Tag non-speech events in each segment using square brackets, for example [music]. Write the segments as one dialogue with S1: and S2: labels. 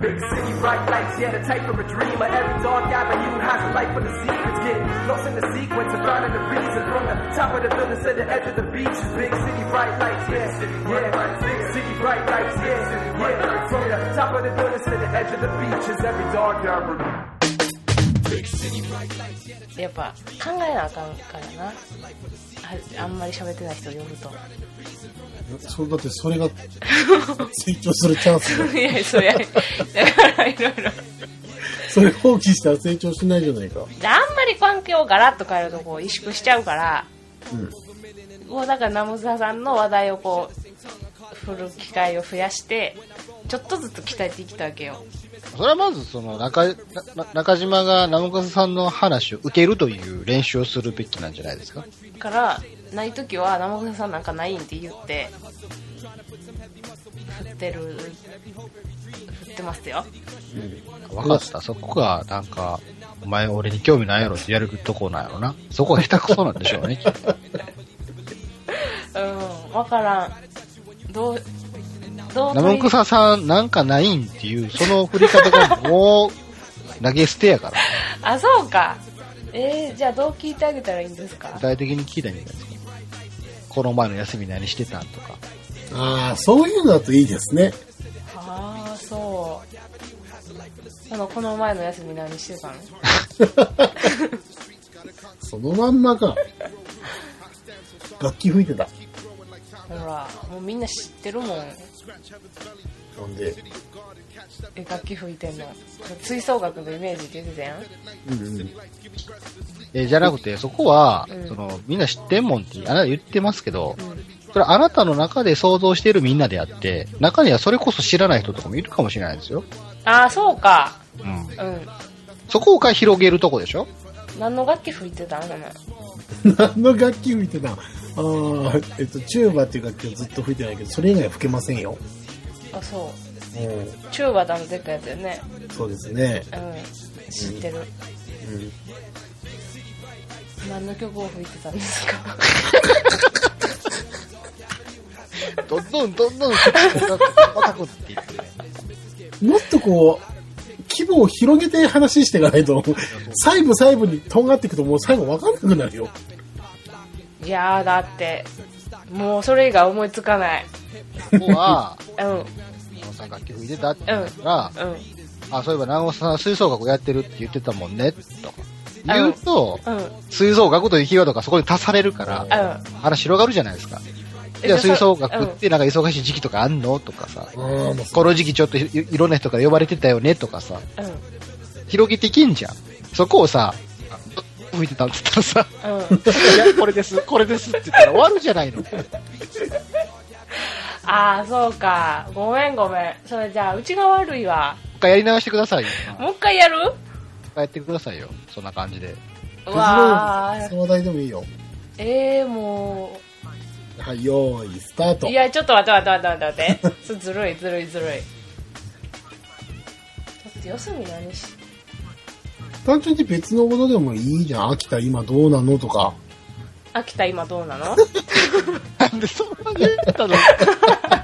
S1: Big city, bright lights, yeah, the type of a dreamer. Every dark avenue has a light for the secrets. Get lost in the sequence of finding the reason. From the top of the building to the edge of the beach. Big city, bright lights, yeah, yeah. Big city, bright lights, yeah, yeah. From the top of the building to the edge of the beach is every dark avenue.
S2: やっぱ考えなあかんからなああんまり喋ってない人を呼ぶと
S3: そうだってそれが成長するチャンスだ
S2: [laughs] いや [laughs] そりゃだからいろいろ
S3: それ放棄したら成長しないじゃないか
S2: であんまり環境をガラッと変えるとこう萎縮しちゃうから
S3: うん
S2: もうだからナムザさんの話題をこう振る機会を増やしてちょっとずつ鍛えていきたわけよ
S4: それはまずその中、なな中島がナムカさんの話を受けるという練習をするべきなんじゃないですか
S2: だからない時は「生臭さんなんかないん?」って言って振ってる振ってますよ
S4: わかった。そこが、なんか、お前俺に興味ないやろってやるとこなんやろな。そこが下手くそなんでしょ [laughs] うね。きっと
S2: うん分からんどうどう
S4: ナ
S2: 取
S4: ム
S2: り
S4: カさんなんかないんっていう、その振り方がもう、投げ捨てやから。
S2: あそうかえー、じゃあどう聞いてあげたらいいんですか
S4: 具体的に聞いたんじゃないですか。この前の休み何してたんとか。
S3: ああそういうのだといいですね
S2: ああそうあのこの前の休み何してたの
S3: そのまんまか楽器吹いてた
S2: ほらもうみんな知ってるもん
S3: ほんで
S2: え楽器吹いてんの吹奏楽のイメージ出てたやん
S3: うんうん
S4: え、じゃなくて、そこは、
S2: うん
S4: その、みんな知ってんもんって、あなた言ってますけど、それあなたの中で想像しているみんなであって、中にはそれこそ知らない人とかもいるかもしれないですよ。
S2: ああそうか
S4: うん。
S2: うん
S4: そこが広げるとこでしょ
S2: 何の楽器吹いてたのかな
S3: 何の楽器吹いてたああーえっとチューバっていう楽器はずっと吹いてないけどそれ以外は吹けませんよ
S2: あそう
S3: う
S2: チューバだのでっかいやつよね
S3: んそうですね
S2: うん知ってる
S3: うん
S2: 何の曲を吹いてたんですか
S4: どんどんどんどん、高くっていってね。
S3: もっとこう、規模を広げて話していかないと、細部細部にとんがっていくともう最後わかんなくなるよ。
S2: いやーだってもうそれ以外思いつかない
S4: [laughs] ここは、
S2: うんうん
S4: ナオさん楽器吹いてたって言った
S2: う
S4: ら、あ、そういえばナオさん吹奏楽やってるって言ってたもんね、とか。言うと、
S2: んうん
S4: 吹奏楽というキーワードがそこに足されるから、話広がるじゃないですか。
S2: え
S4: じゃあ
S2: じゃ
S4: 吹
S2: あ
S4: 奏
S2: そ
S4: 楽ってなんか忙しい時期とかあんのとかさ。
S3: ああ、もう
S4: この時期ちょっといいろんな人から呼ばれてたよねとかさ。
S2: うんうん
S4: 広げていけんじゃん。そこをさ、吹いてたって言ったらさ、
S2: うん
S4: いや、これです、これですって言ったら終わるじゃないの。
S2: ああそうかごめんごめんそれじゃあうちが悪いわ
S4: 一回やり直してくださいよ。
S2: もう一回やる
S4: 一回やってくださいよ。そんな感じで。
S2: うわ
S3: 別
S2: ー
S3: の話題でもいいよ。
S2: えー、も
S3: はい、よーい、スター
S2: う
S3: ト
S2: い。やちょっと待って待って待って待ってそれずるいずるいずるいだって四隅何し
S3: 単純に別のことでもいいじゃん。秋田今どうなのとか。
S2: 秋田今どうなの [laughs]
S4: なんでそんなに言ったの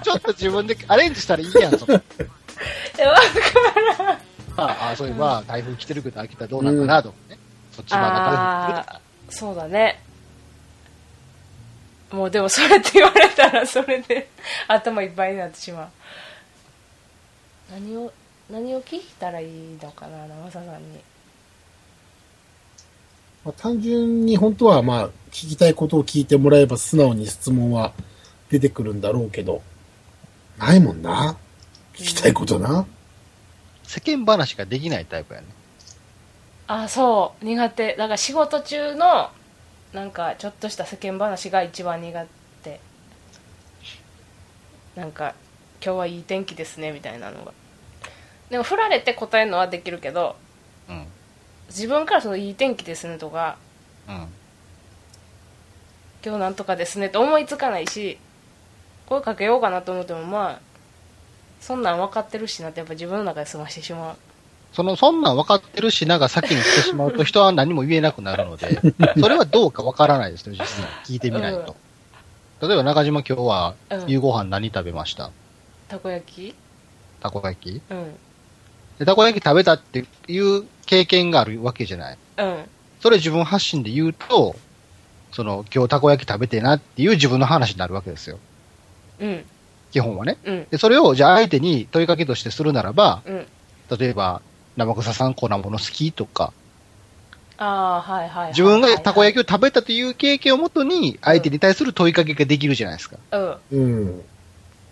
S4: ちょっと自分でアレンジしたらいいやん、そ [laughs] こ
S2: えわからん
S4: ああ、そういえば台風来てるけど秋田どうなんかなとかね。そっちは中
S2: ああーそうだねもうでもそれって言われたらそれで頭いっぱいになってしまう何を何を聞いたらいいのかな長澤さんに
S3: まあ、単純に本当はまあ、聞きたいことを聞いてもらえば素直に質問は出てくるんだろうけど、ないもんな。聞きたいことな。
S4: 世間話ができないタイプやね。
S2: あそう苦手だから仕事中のなんかちょっとした世間話が一番苦手なんか今日はいい天気ですねみたいなのがでも振られて答えるのはできるけど
S4: うん。
S2: 自分からそのいい天気ですねとか
S4: うん。
S2: 今日なんとかですねって思いつかないし声かけようかなと思ってもまあそんなん分かってるしなってやっぱ自分の中で済ましてしまう
S4: その、そんなん分かってるし、なんか先に来てしまうと人は何も言えなくなるので、それはどうか分からないですね、実際。聞いてみないと。例えば中島今日は
S2: うん
S4: 夕ご飯何食べました
S2: たこ焼き
S4: たこ焼き
S2: うん
S4: でたこ焼き食べたっていう経験があるわけじゃない。
S2: うん。
S4: それ自分発信で言うと、その、今日たこ焼き食べてなっていう自分の話になるわけですよ。
S2: うん。
S4: 基本はね。
S2: うん。
S4: で、それを、じゃあ相手に問いかけとしてするならば、
S2: うん。
S4: 例えば、生臭さん粉もの好きとか、
S2: ああ、はいはいはい。
S4: 自分がたこ焼
S2: き。
S4: きを食べたという経験をもとに、相手に対する問いかけができるじゃないですか。 [laughs]
S2: うん。
S3: うん。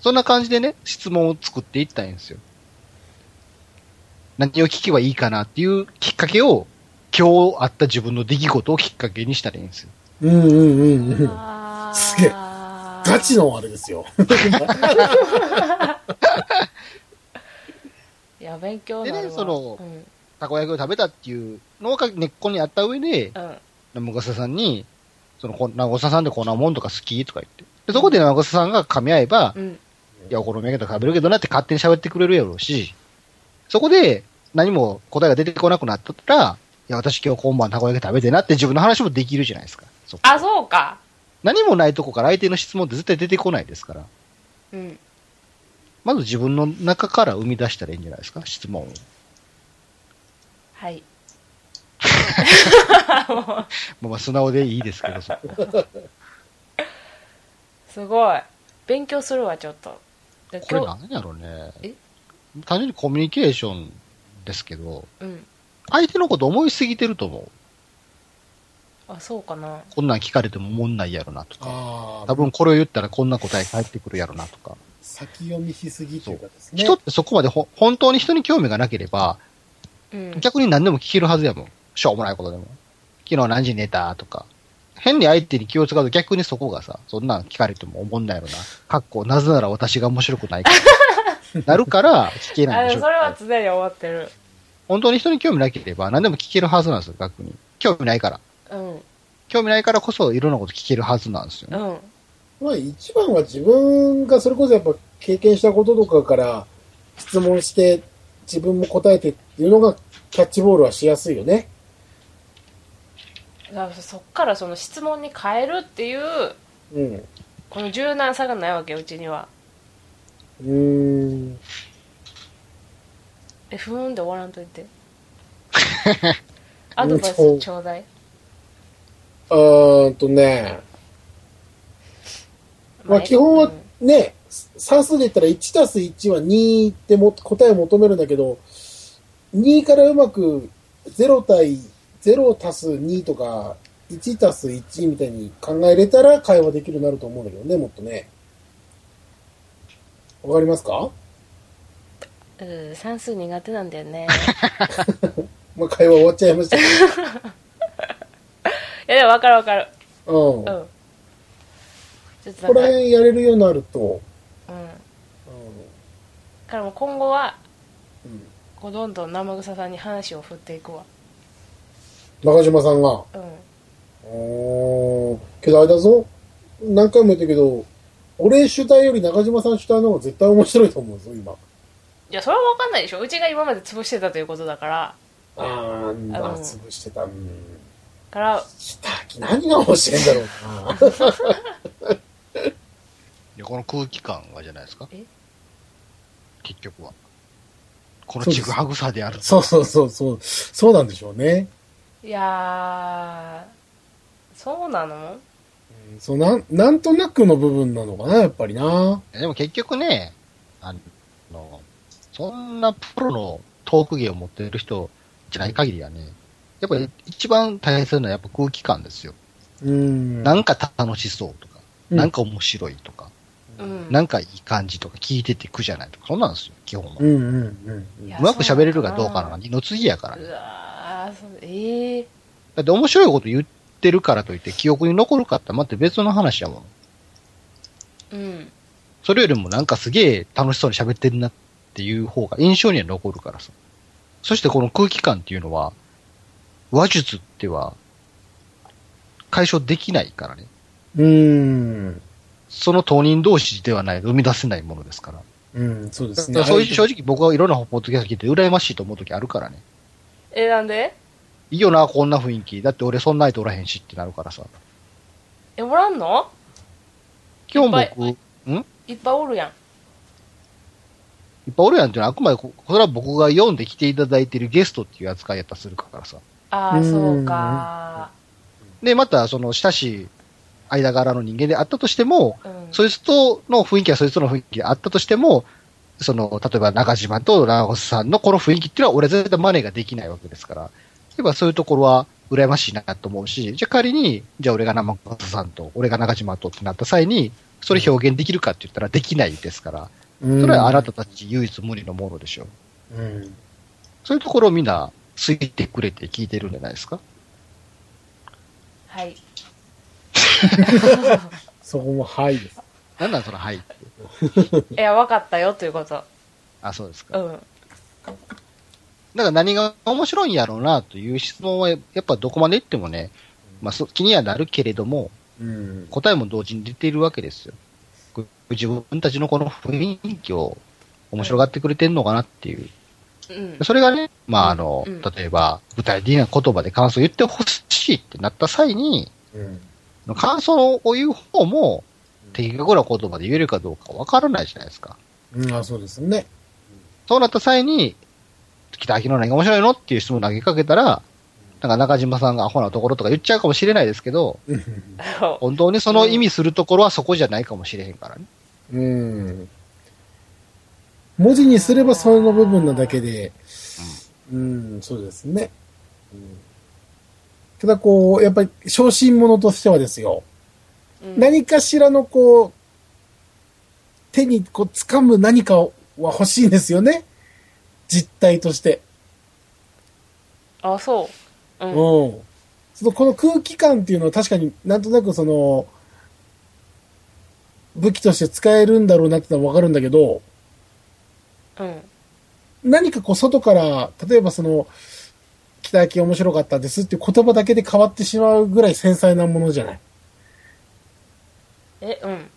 S4: そんな感じでね、質問を作っていったらいいんですよ。何を聞けばいいかなっていうきっかけを、今日あった自分の出来事をきっかけにしたらいいんですよ。
S3: うんうんうんうん。
S2: あー
S3: すげえガチのあれですよ。 [laughs]
S2: いや、勉強になるわ
S4: でねその
S2: うん。
S4: たこ焼きを食べたっていうのが根っこにあった上で、
S2: うん。
S4: 生笠さんに、その、こ生笠さんってこんなもんとか好きとか言って。で、そこで生笠さんが噛み合えば、
S2: うん。
S4: いや、お好み焼きとか食べるけどなって勝手に喋ってくれるやろうし、そこで何も答えが出てこなくなったら、いや、私今日今晩たこ焼き食べてなって自分の話もできるじゃないですか。そっか
S2: あ、そうか。
S4: 何もないとこから相手の質問って絶対出てこないですから、
S2: うん。
S4: まず自分の中から生み出したらいいんじゃないですか、質問を。
S2: はい。
S4: まあまあ、素直でいいですけど、そこ
S2: すごい。勉強するわ、ちょっと。で
S4: これ何やろうね
S2: え。
S4: 単純にコミュニケーションですけど、
S2: うん。
S4: 相手のこと思いすぎてると思う。
S2: あ、そうかな。
S4: こんなん聞かれてもおもんないやろなとか。
S3: あ
S4: 多分これを言ったらこんな答え返ってくるやろなとか。
S3: 先読みしすぎというかですね。
S4: 人ってそこまでほ本当に人に興味がなければ、
S2: うん。
S4: 逆に何でも聞けるはずやもん。しょうもないことでも。昨日何時に寝たとか。変に相手に気を使うと逆にそこがさ、そんなん聞かれても思んないよな。かっこ、なぜなら私が面白くな
S2: [laughs]
S4: いから。なるから聞けない
S2: あ
S4: ん
S2: で
S4: でし
S2: も
S4: ょ。
S2: それは常に思ってる。
S4: 本当に人に興味なければ何でも聞けるはずなんですよ、逆に。興味ないから。
S2: うん。
S4: 興味ないからこそいろんなこと聞けるはずなんですよね。
S2: うん。
S3: まあ一番は自分がそれこそやっぱ経験したこととかから質問して自分も答えてっていうのがキャッチボールはしやすいよね。
S2: だからそっからその質問に変えるっていう、
S3: うん。う
S2: この柔軟さがないわけ、うちには。
S3: ーん。
S2: え、ふーんで終わらんとい
S3: [laughs]
S2: て。アドバイスちょうだい。
S3: うーんとね。まあ基本はね、算数で言ったら1たす1は2っても答えを求めるんだけど、2からうまく0対0たす2とか、1たす1みたいに考えれたら会話できるようになると思うんだけどね、もっとね。わかりますか
S2: うん、うん算数苦手なんだよね。 [laughs]
S3: まあ、会話終わっちゃいましたけ
S2: いや、でも分かる分かる。
S3: ど。うん。
S2: うん。
S3: こ
S2: ちょっとだ
S3: ら
S2: から、うん。
S3: 辺やれるようになると、
S2: だ
S3: う
S2: からもう今後は、
S3: ん。うん
S2: こうどんどん生臭さんに話を振っていくわ。
S3: 中島さんが。
S2: うん。
S3: おーけどあれだぞ。何回も言ったけど、俺主体より中島さん主体の方が絶対面白いと思うぞ、今。
S2: いや、それは分かんないでしょ。うちが今まで潰してたということだから。
S3: あー、
S2: あ
S3: あ
S2: の
S3: 潰してた。うん。
S2: から、
S3: 北脇何が面白いんだろうな。
S4: いやこの空気感がじゃないですか
S2: え。
S4: 結局は。このちぐはぐさである
S3: [laughs]
S4: と。
S3: そうそうそうそう。そうなんでしょうね。
S2: いやー、そうなの
S3: うんそうなん、なんとなくの部分なのかな、やっぱりな。
S4: でも結局ね、あの、そんなプロのトーク芸を持っている人じゃない限りはね、やっぱり一番大切なのはやっぱ空気感ですよ。
S3: うん。
S4: なんか楽しそうとか、
S3: うん
S4: なんか面白いとか、
S2: うん。
S4: なんかいい感じとか、聞いてて苦じゃないとか、そんなんですよ、基本は。
S3: うんうんうんうん。
S2: いや
S4: うまく喋れるかどうかのが
S2: う
S4: 二の次やからね。
S2: わー、そうええー。
S4: だって面白いこと言ってるからといって記憶に残るかってまた別の話やもん。
S2: うん。
S4: それよりもなんかすげえ楽しそうに喋ってるなっていう方が印象には残るからさ。そしてこの空気感っていうのは、話術っては解消できないからね。
S3: うん。
S4: その当人同士ではない、生み出せないものですから。
S3: うん、そうで
S4: だ
S3: す
S4: か
S3: ね。
S4: らそういう正直僕はいろんなポッドキャスト聞いて羨ましいと思う時あるからね。
S2: え、なんで
S4: いいよな、こんな雰囲気。だって俺そんな相手おらへんしってなるからさ。
S2: え、おらんの
S4: 今日
S2: いっぱ
S4: 僕、ん
S2: いっぱいおるやん。
S4: いっぱいおるやんっていうのは、あくまでこ、これは僕が読んで来ていただいてるゲストっていう扱いやったりするからさ。
S2: ああ、そうか。
S4: で、また、その、親しい間柄の人間であったとしても、
S2: うん。
S4: そいつとの雰囲気はそいつとの雰囲気であったとしても、その、例えば中島とラゴスさんのこの雰囲気っていうのは俺絶対マネができないわけですから、やっぱそういうところは羨ましいなと思うし、じゃあ仮に、じゃあ俺が生笠さんと、俺が中島とってなった際に、それ表現できるかって言ったらできないですから、
S3: うん
S4: それはあなたたち唯一無二のものでしょう。
S3: うん。
S4: そういうところをみんなついてくれて聞いてるんじゃないですか
S2: はい。
S3: そこもはいです。
S4: なんなんそのはいって。
S2: いや、わかったよ、ということ。
S4: あ、そうですか。 [laughs]
S2: うん。
S4: だから何が面白いんやろうなという質問は、やっぱどこまで行ってもね、まあそ気にはなるけれども、
S3: うん。
S4: 答えも同時に出ているわけですよ。こ自分たちのこの雰囲気を面白がってくれてるのかなっていう。
S2: うん。
S4: それがね、まああの、
S2: うん
S4: 例えば具体的な言葉で感想を言ってほしいってなった際に、
S3: うん。
S4: 感想を言う方も、的確な言葉で言えるかどうかわからないじゃないですか。
S3: うん、あ、そうですね。
S4: そうなった際に、北秋の何が面白いのっていう質問を投げかけたら、なんか中島さんがアホなところとか言っちゃうかもしれないですけど、
S3: うん
S4: 本当にその意味するところはそこじゃないかもしれへんからね。
S3: うん。文字にすればその部分なだけで、うん、そうですね。うんただこう、やっぱり、昇進者としてはですよ、
S2: うん
S3: 何かしらのこう、手にこう掴む何かは欲しいんですよね。実体として。
S2: あ、そう。うん。
S3: うん。その、この空気感っていうのは確かになんとなくその、武器として使えるんだろうなってのはわかるんだけど、
S2: うん。
S3: 何かこう外から、例えばその、北秋面白かったですっていう言葉だけで変わってしまうぐらい繊細なものじゃない。
S2: え、うん。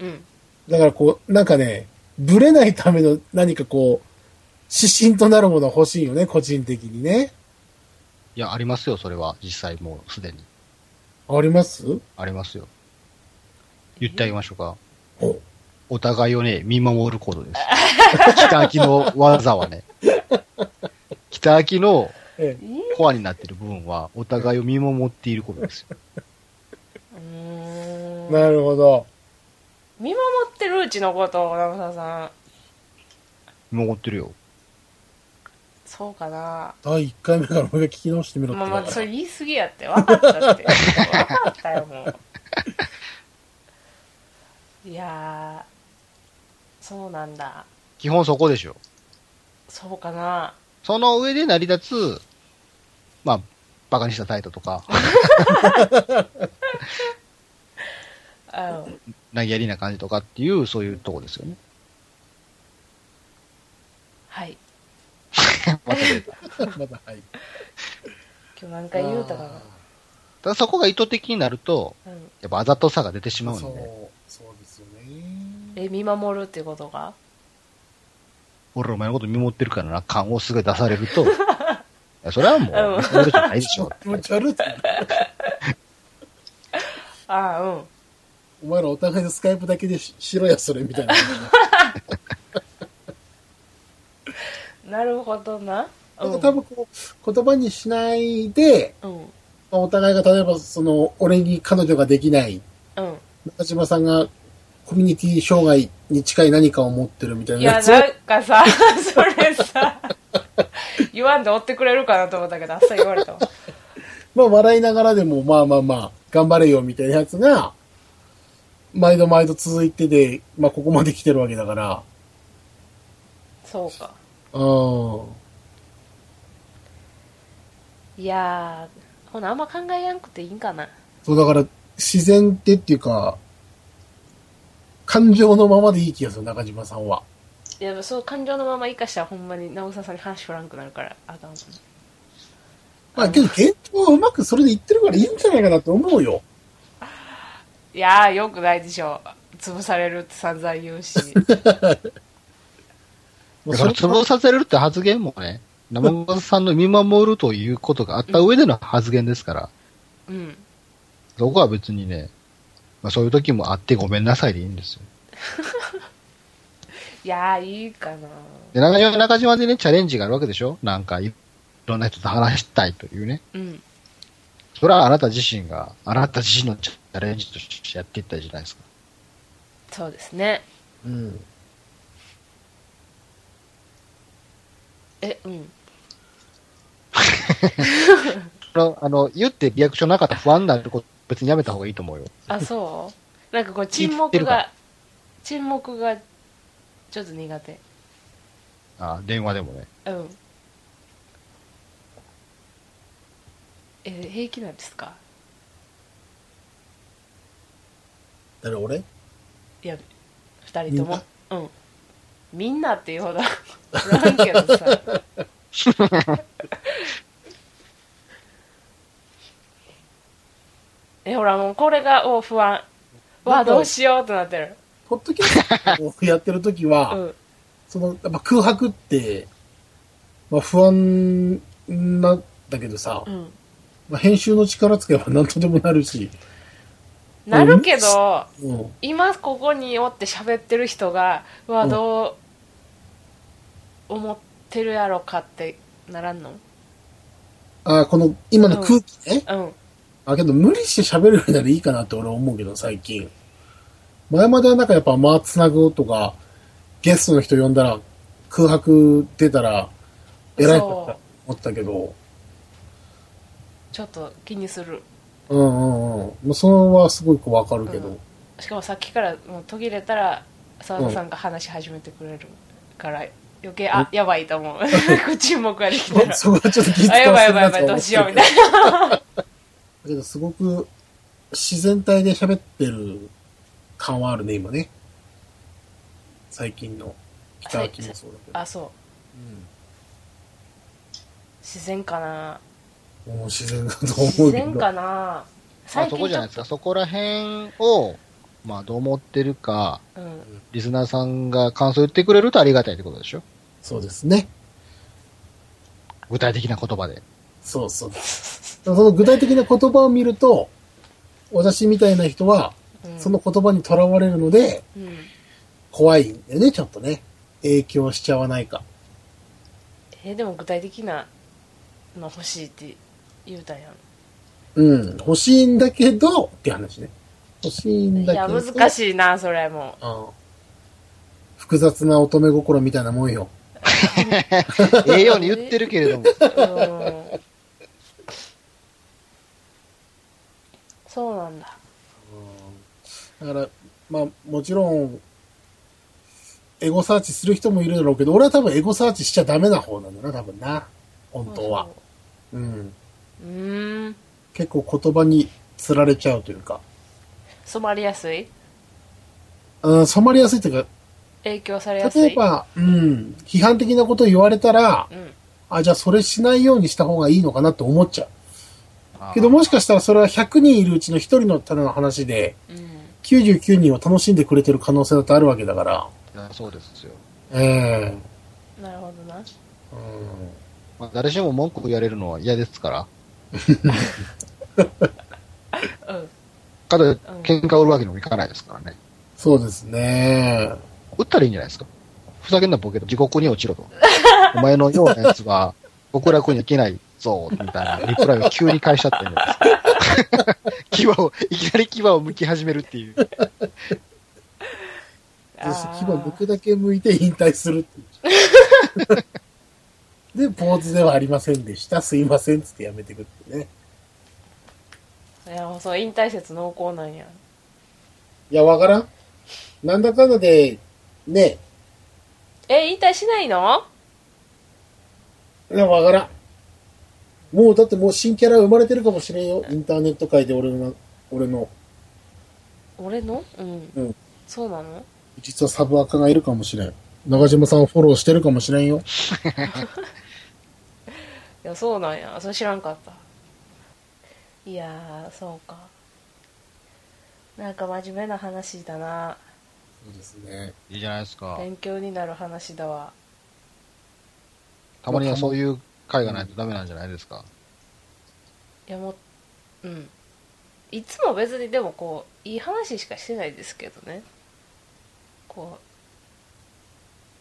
S2: うん。
S3: だからこう、なんかね、ブレないための何かこう、指針となるものは欲しいよね、個人的にね。
S4: いや、ありますよ、それは。実際もうすでに。
S3: あります
S4: ありますよ。言ってあげましょうか。
S3: お
S4: お互いをね、見守ることです。北秋の技はね。北秋の
S3: ええ
S4: コアになってる部分は、お互いを見守っていることですよ。
S2: うーん
S3: なるほど。
S2: 見守ってるうちのことを長澤さん
S4: 見守ってるよ。
S2: そうかな
S3: 第1回目からもう一回聞き直してみろって
S2: まあ
S3: 言
S2: ま
S3: われ
S2: あ
S3: た。
S2: それ言い過ぎやって分かったって分かったよもういやーそうなんだ
S4: 基本そこでしょ。
S2: そうかな
S4: その上で成り立つ、まあ、バカにした態度とか、 [laughs]
S2: うん
S4: 投げやりな感じとかっていう、そういうとこですよね。
S2: はい
S4: また
S3: [laughs]
S4: 出た
S3: またはい。
S2: 今日何回言うたか
S4: ただそこが意図的になると、
S2: な、うん、
S4: やっぱあざとさが出てしまうん
S3: そう
S4: で、、
S3: そうですよね。
S2: え見守るっていうことが
S4: 俺お前のこと見守ってるからな、感をすごい出される
S3: [laughs]
S4: と、いやそれはも
S2: うん
S4: う、見守るじゃないでしょ。
S3: 気持ち悪いって。
S2: ああうん
S3: お前らお互いのスカイプだけでししろや、それ、みたいな。
S2: なるほどなう
S3: なん
S2: ん
S3: か多分こう、言葉にしないで、
S2: うん
S3: まあお互いが例えば、その、俺に彼女ができない、
S2: うん
S3: 中島さんがコミュニティ障害に近い何かを持ってるみたい
S2: い
S3: な
S2: や、
S3: やつ
S2: なんかさ、 [laughs] それさ、言わんで追ってくれるかなと思ったけど、あっさり言われたわ。
S3: まあ、笑いながらでも、まあまあまあ、頑張れよ、みたいなやつが、毎度毎度続いてで、まあ、ここまで来てるわけだから、
S2: そうか。
S3: うん。
S2: いやー、ほな、あんま考えやんくていいんかな。
S3: そう、だから、自然ってっていうか、感情のままでいい気がする、中島さんは。
S2: いや、そう、感情のまま生かしたらほんまに、直沢さんに話振らんくなるから、あかん。
S3: まあ、けど、現状はうまくそれで言ってるからいいんじゃないかなと思うよ。
S2: いやー、よくないでしょ。潰されるって散々言う
S4: [laughs]
S2: し。
S3: もう
S4: それ潰させるって発言もね、生笠さんの見守るということがあった上での発言ですから、
S2: うん。
S4: そこは別にね、まあ、そういう時もあってごめんなさいでいいんですよ。
S2: いやー、いいかな。
S4: で、中島中島でね、チャレンジがあるわけでしょなんか、いろんな人と話したいというね。
S2: うん。
S4: それはあなた自身が、あなた自身のチャレンジとしてやっていったじゃないですか。
S2: そうですね。
S3: うん。
S2: え、うん。
S4: あの、あの言ってリアクションなかったら不安になること、別にやめた方がいいと思うよ。
S2: あ、そうなんかこう、沈
S4: 言っ
S2: 黙
S4: てるか
S2: が
S4: ら、
S2: 沈黙が、ちょっと苦手。
S4: あ電話でもね。
S2: うん。え、平気なんですか
S3: 誰俺
S2: いや、二人とも。うん。みんなっていうほど、おらんけどさ。え、ほらもうこれが、お、不安。わあ、どうしようとなってる。
S3: ポッドキャストをやってる時は、
S2: うん。
S3: その、やっぱ空白って、まあ不安なんだけどさ、
S2: うん。
S3: まあ、編集の力使えば何とでもなるし、
S2: なるけど、
S3: うん。
S2: 今ここにおって喋ってる人が、うわ、
S3: うん
S2: どう思ってるやろかってならんの
S3: あーこの、今の空気ね。
S2: うん。
S3: あ、けど無理して喋るようにならいいかなって俺は思うけど、最近。前まではなんかやっぱ間つなぐとか、ゲストの人呼んだら空白出たら、偉いことだと思ったけど、
S2: ちょっと気にする。
S3: うんうんうん。もうそのはすごくわかるけど、
S2: うんしかもさっきからもう途切れたら澤田さんが話し始めてくれるから余計あやばいと
S3: [laughs]
S2: 思う沈黙ができ [laughs] たら
S3: そこはちょっと気
S2: あやばいやばいや
S3: と
S2: ば
S3: はい
S2: どうしようみたい
S3: だけどすごく自然体で喋ってる感はあるね、今ね。最近の北脇もそうだけど
S2: な。あそう自然かな
S3: うん、もう自然だと思うけど。
S2: 自然かな
S4: まあ、
S2: 最
S4: そ
S2: 近
S4: こじ
S2: ちょ
S4: ゃな
S2: っ
S4: いです
S2: と
S4: か。そこら辺を、まあ、どう思ってるか、
S2: うん
S4: リスナーさんが感想言ってくれるとありがたいってことでしょ
S3: そうですね。
S4: 具体的な言
S2: [laughs]
S4: 葉で。
S3: そうそう。その具体的な言葉を見ると、私みたいな人は、
S2: うん
S3: その言葉にとらわれるので、
S2: うん
S3: 怖いんだよね、ちょっとね。影響しちゃわないか。
S2: えでも具体的なの欲しいって言うたやん
S3: うん、欲しいんだけど、って話ね。欲しいん
S2: い
S3: だけ
S2: や
S3: ど。
S2: 難しいなそれも
S3: うん複雑な乙女心みたいなもんよ。
S4: ええように言ってるけれども。
S3: [laughs]
S2: うんそうなんだ
S3: だから、まあ、もちろん、エゴサーチする人もいるだろうけど、俺は多分エゴサーチしちゃダメな方なんだな、多分な。本当は。うん。
S2: うーん
S3: 結構言葉に釣られちゃうというか。
S2: 染まりやすい
S3: うん、染まりやすいというか、
S2: 影響されやすい
S3: 例えば、うん、批判的なことを言われたら、
S2: うん
S3: あ、じゃあそれしないようにした方がいいのかなって思っちゃう。
S4: あー
S3: けどもしかしたらそれは100人いるうちの1人のただの話で、
S2: うん
S3: 99人を楽しんでくれてる可能性だってあるわけだから。
S4: いやそうですよ。
S3: ええ
S2: なるほどな
S3: うん
S4: まあ、誰しも文句言われるのは嫌ですから。
S2: うん
S4: かといって喧嘩売るわけにもいかないですからね。
S3: そうですね。
S4: 売ったらいいんじゃないですか。ふざけんなボケと地獄に落ち
S2: [laughs]
S4: ろと。お前のようなやつは、極楽に行けないぞ、みたいなリプライを急に返しちゃってるんです [laughs] か。牙を、いきなり牙を剥き始めるっていう。
S3: 私、
S2: あー
S3: 牙僕だけ向いて引退するって [laughs] いう。で、ポーズではありませんでした。すいませんっつってやめてくってね。
S2: いやそう引退説濃厚なんや
S3: いや、わからん。なんだかんだで、ね
S2: え引退しないの
S3: え、いやわからん。もう、だってもう新キャラ生まれてるかもしれんよ。インターネット界で俺の、俺の、
S2: 俺のうん、
S3: うん
S2: そうなの
S3: 実はサブアカがいるかもしれん。中島さんをフォローしてるかもしれんよ。
S2: いやそうなんやそれ知らんかったいやーそうかなんか真面目な話だな
S3: そうですね。
S4: いいじゃないですか。
S2: 勉強になる話だわ
S4: たまにはそういう会がないとダメなんじゃないですか。
S2: いやもううんいつも別にでもこういい話しかしてないですけどねこ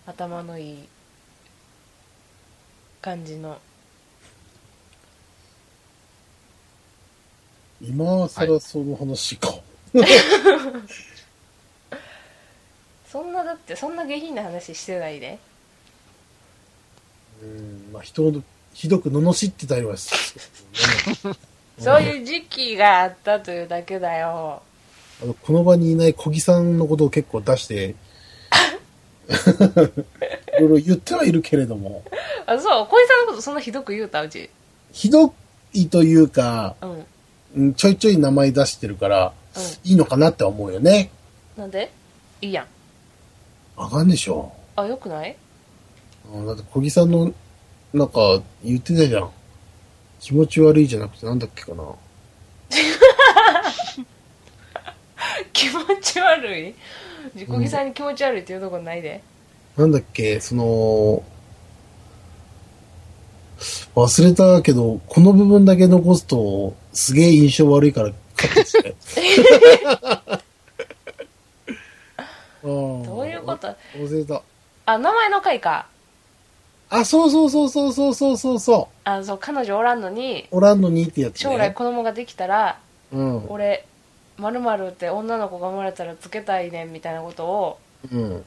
S2: 頭のいい感じの
S3: 今更その話か。
S2: そんなだってそんな下品な話してないで
S3: うん、まあ、人をひどく罵ってたりはしてるけどね
S2: そういう時期があったというだけだよ
S3: あの、この場にいない小木さんのことを結構出して、いろいろ言ってはいるけれども、
S2: あそう小井さんのことそんなひどく言うたうち
S3: ひどいというか、
S2: うんうん
S3: うんちょいちょい名前出してるから、いいのかなって思うよね。
S2: なんでいいやん
S3: あかんでしょ
S2: あよくない
S3: うんだって小木さんの、なんか言ってたじゃん。気持ち悪いじゃなくてなんだっけかな。
S2: 気持ち悪い自己木さんに気持ち悪いっていうとこないで、
S3: なんだっけ、その、忘れたけど、この部分だけ残すと、すげえ印象悪いからカット
S2: [laughs]
S3: して。ど
S2: どういうこと
S3: 忘れた。
S2: あ名前の回か
S3: あ、そうそうそうそうそうそうそうそう。
S2: あそう彼女おらんのに
S3: おらんのにってやつ、ね。
S2: 将来子供ができたら、
S3: うん。
S2: 俺まるまるって女の子が生まれたらつけたいねんみたいなことを
S3: うん。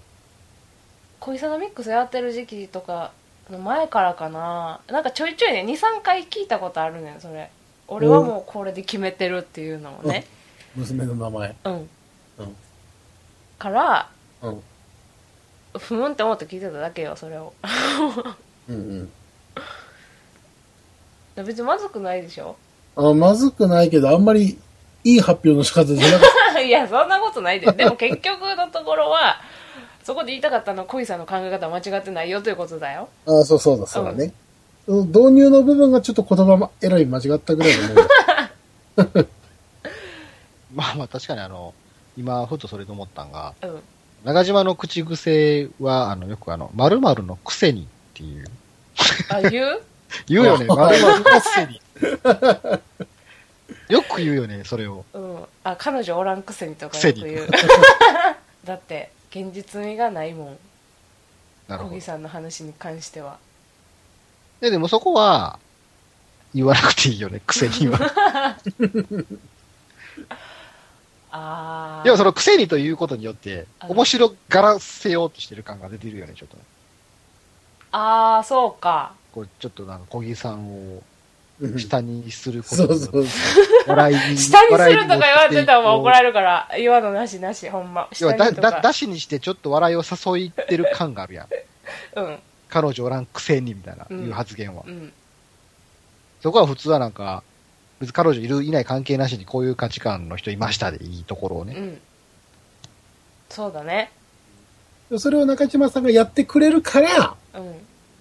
S2: 恋サナミックスやってる時期とかの前からかななんかちょいちょいね23回聞いたことあるねんそれ俺はもうこれで決めてるっていうのもね
S3: 娘の名前。
S2: うん、
S3: うん。
S2: から
S3: うん。
S2: ふーんって思って聞いてただけよそれを [laughs]
S3: うんうん。
S2: 別にまずくないでしょ [laughs]
S3: あまずくないけど、あんまりいい発表の仕方じゃなかっ
S2: いやそんなことないででも結局のところはそこで言いたかったのは恋さんの考え方は間違ってないよということだよ
S3: た。あそうそうだ、そうだね。うん導入の部分がちょっと言葉選び間違ったぐらいのもんだ。
S4: まあまあ確かにあの、今、ふとそれと思ったんが、
S2: うん
S4: 長島の口癖は、あの、よくあの、〇〇のくせにっていう。
S2: あ言う
S4: 言うよ
S2: [laughs]
S4: ね、
S3: あ
S4: 〇〇のくせに。よく言うよね、それを。
S2: うんあ彼女おらんくせにとか
S4: くせ
S2: よ
S4: に
S2: く言う [laughs] だって現実味がないもん
S4: なる
S2: 小
S4: ほど
S2: 木。さんの話に関しては
S4: で、でもそこは、言わなくていいよね、くせ
S2: [laughs]
S4: には。
S2: ああ
S4: 要はそのくせにということによって、
S2: あの
S4: 面白がらせようとしてる感が出てるよね、ちょっとね。
S2: ああそうか
S4: こうちょっとなんか、小木さんを
S3: [laughs] うん
S4: 下にするこ
S3: そ
S4: と
S3: う
S4: によ
S3: そ
S4: っ
S3: うそう。
S4: て、笑いに。
S2: 下にするとか言われてたらもう怒ら
S4: る。
S2: れるから言わのなしなしほんま下
S4: 要は
S2: に
S4: だ、
S2: とか
S4: だ、だしにしてちょっと笑いを誘いってる感があるやん。
S2: うん
S4: 彼女おらんくせにみたいな、
S2: うん
S4: いう発言は。
S2: うん
S4: そこは普通はなんか、別に彼女いる、いない関係なしにこういう価値観の人いましたでいいところを
S2: う
S4: ね。
S2: んそうだね
S3: それを中島さんがやってくれるから、
S2: うん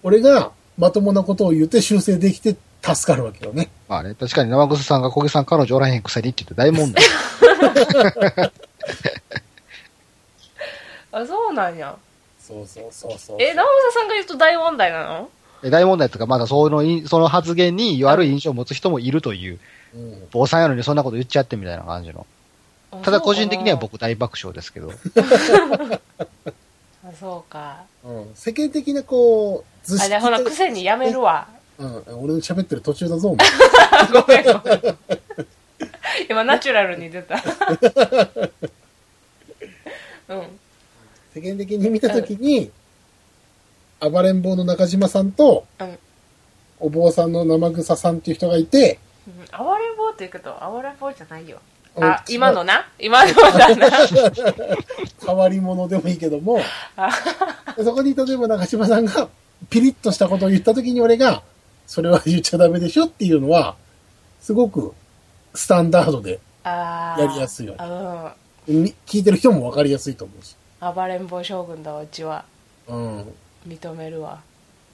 S3: 俺がまともなことを言って修正できて助かるわけよね。
S4: まあね、確かに生臭さんが小木さん彼女おらへんくせにって言って大問題。
S2: あそうなんや
S3: そうそうそうそう。
S2: え直政さんが言うと大問題なの
S4: [laughs] え大問題というか、まだそのい、その発言に悪い印象を持つ人もいるという、
S3: うん
S4: 坊さんやのにそんなこと言っちゃってみたいな感じの。
S2: あ
S4: ただ個人的には
S2: そうか
S4: 僕大爆笑ですけど。
S2: なあそうか
S3: うん、世間的なこう、ず
S2: あじゃあほらくせにやめるわ
S3: うん、俺の喋ってる途中だ
S2: [laughs]
S3: ぞ、お前
S2: ごめんごめん [laughs] 今ナチュラルに出 [laughs] たうん
S3: 世間的に見たときに、暴れん坊の中島さんと、
S2: うん
S3: お坊さんの生草さんっていう人がいて、
S2: うん暴れん坊って言うけど暴れん坊じゃないよ
S3: うん
S2: あ今のな今のだな
S3: 変わり者でもいいけども
S2: あ、
S3: でそこに例えば中島さんがピリッとしたことを言ったときに俺が、それは言っちゃダメでしょっていうのは、すごくスタンダードで
S2: [laughs] あー
S3: やりやすいよね
S2: あ
S3: み聞いてる人もわかりやすいと思うし。
S2: うん暴れん坊将軍だわうちは
S3: うん。
S2: 認めるわ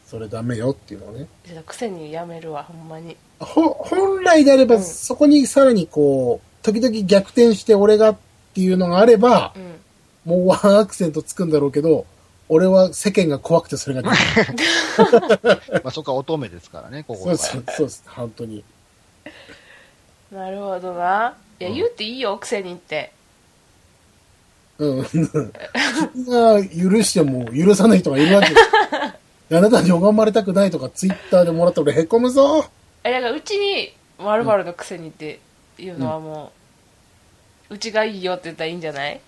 S3: それダメよっていうのはね。
S2: ちょっと癖にやめるわほんまに
S3: ほ、本来であれば、
S2: うん
S3: そこにさらにこう、時々逆転して俺がっていうのがあれば
S2: う、ん
S3: もうワンアクセントつくんだろうけど、俺は世間が怖くてそれができない。
S4: まあそこは乙女ですからね、ここ
S3: そ
S4: は
S3: う。そう、そうです。本当に。
S2: なるほどないや、
S3: うん
S2: 言うていいよ癖にって
S3: うん。君が許しても許さない人がいる [laughs] わけです。あなたに拝まれたくないとか、ツイッターでもらったら俺へこむぞ。
S2: えだからうちに〇〇のくせにっていうのはもう、うちがいいよって言ったらいいんじゃない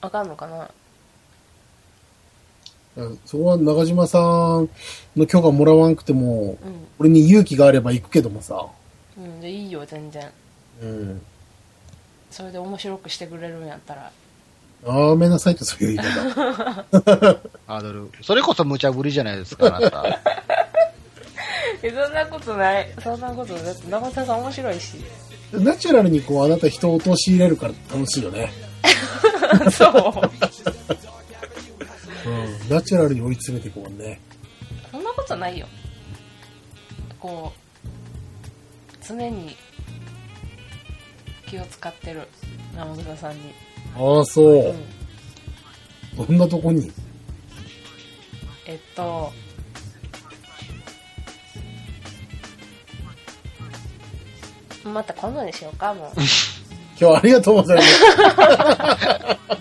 S2: あかんのかな
S3: うんそこは中島さんの許可もらわんくても、
S2: う
S3: 俺に勇気があれば行くけどもさ。
S2: ん、うん、でいいよ全然
S3: うん。
S2: それで面白くしてくれるんやったら
S3: あーめなさいってそういう言い [laughs] 方。
S4: ハードル。それこそ無茶ぶりじゃないですか、あなた。
S2: [laughs] えそんなことない [laughs] そんなことだって中田さん面白いし
S3: ナチュラルにこう、あなた人を陥れるから楽しいよね。
S2: [laughs] そう
S3: うん。ナチュラルに追い詰めていくもんね。
S2: [laughs] そんなことないよこう常に気を使ってる生田さんに、
S3: ああ、そうう。
S2: ん、
S3: どんなとこに。
S2: えっとまた今度にしようかもう
S3: 今日はありがとうございます。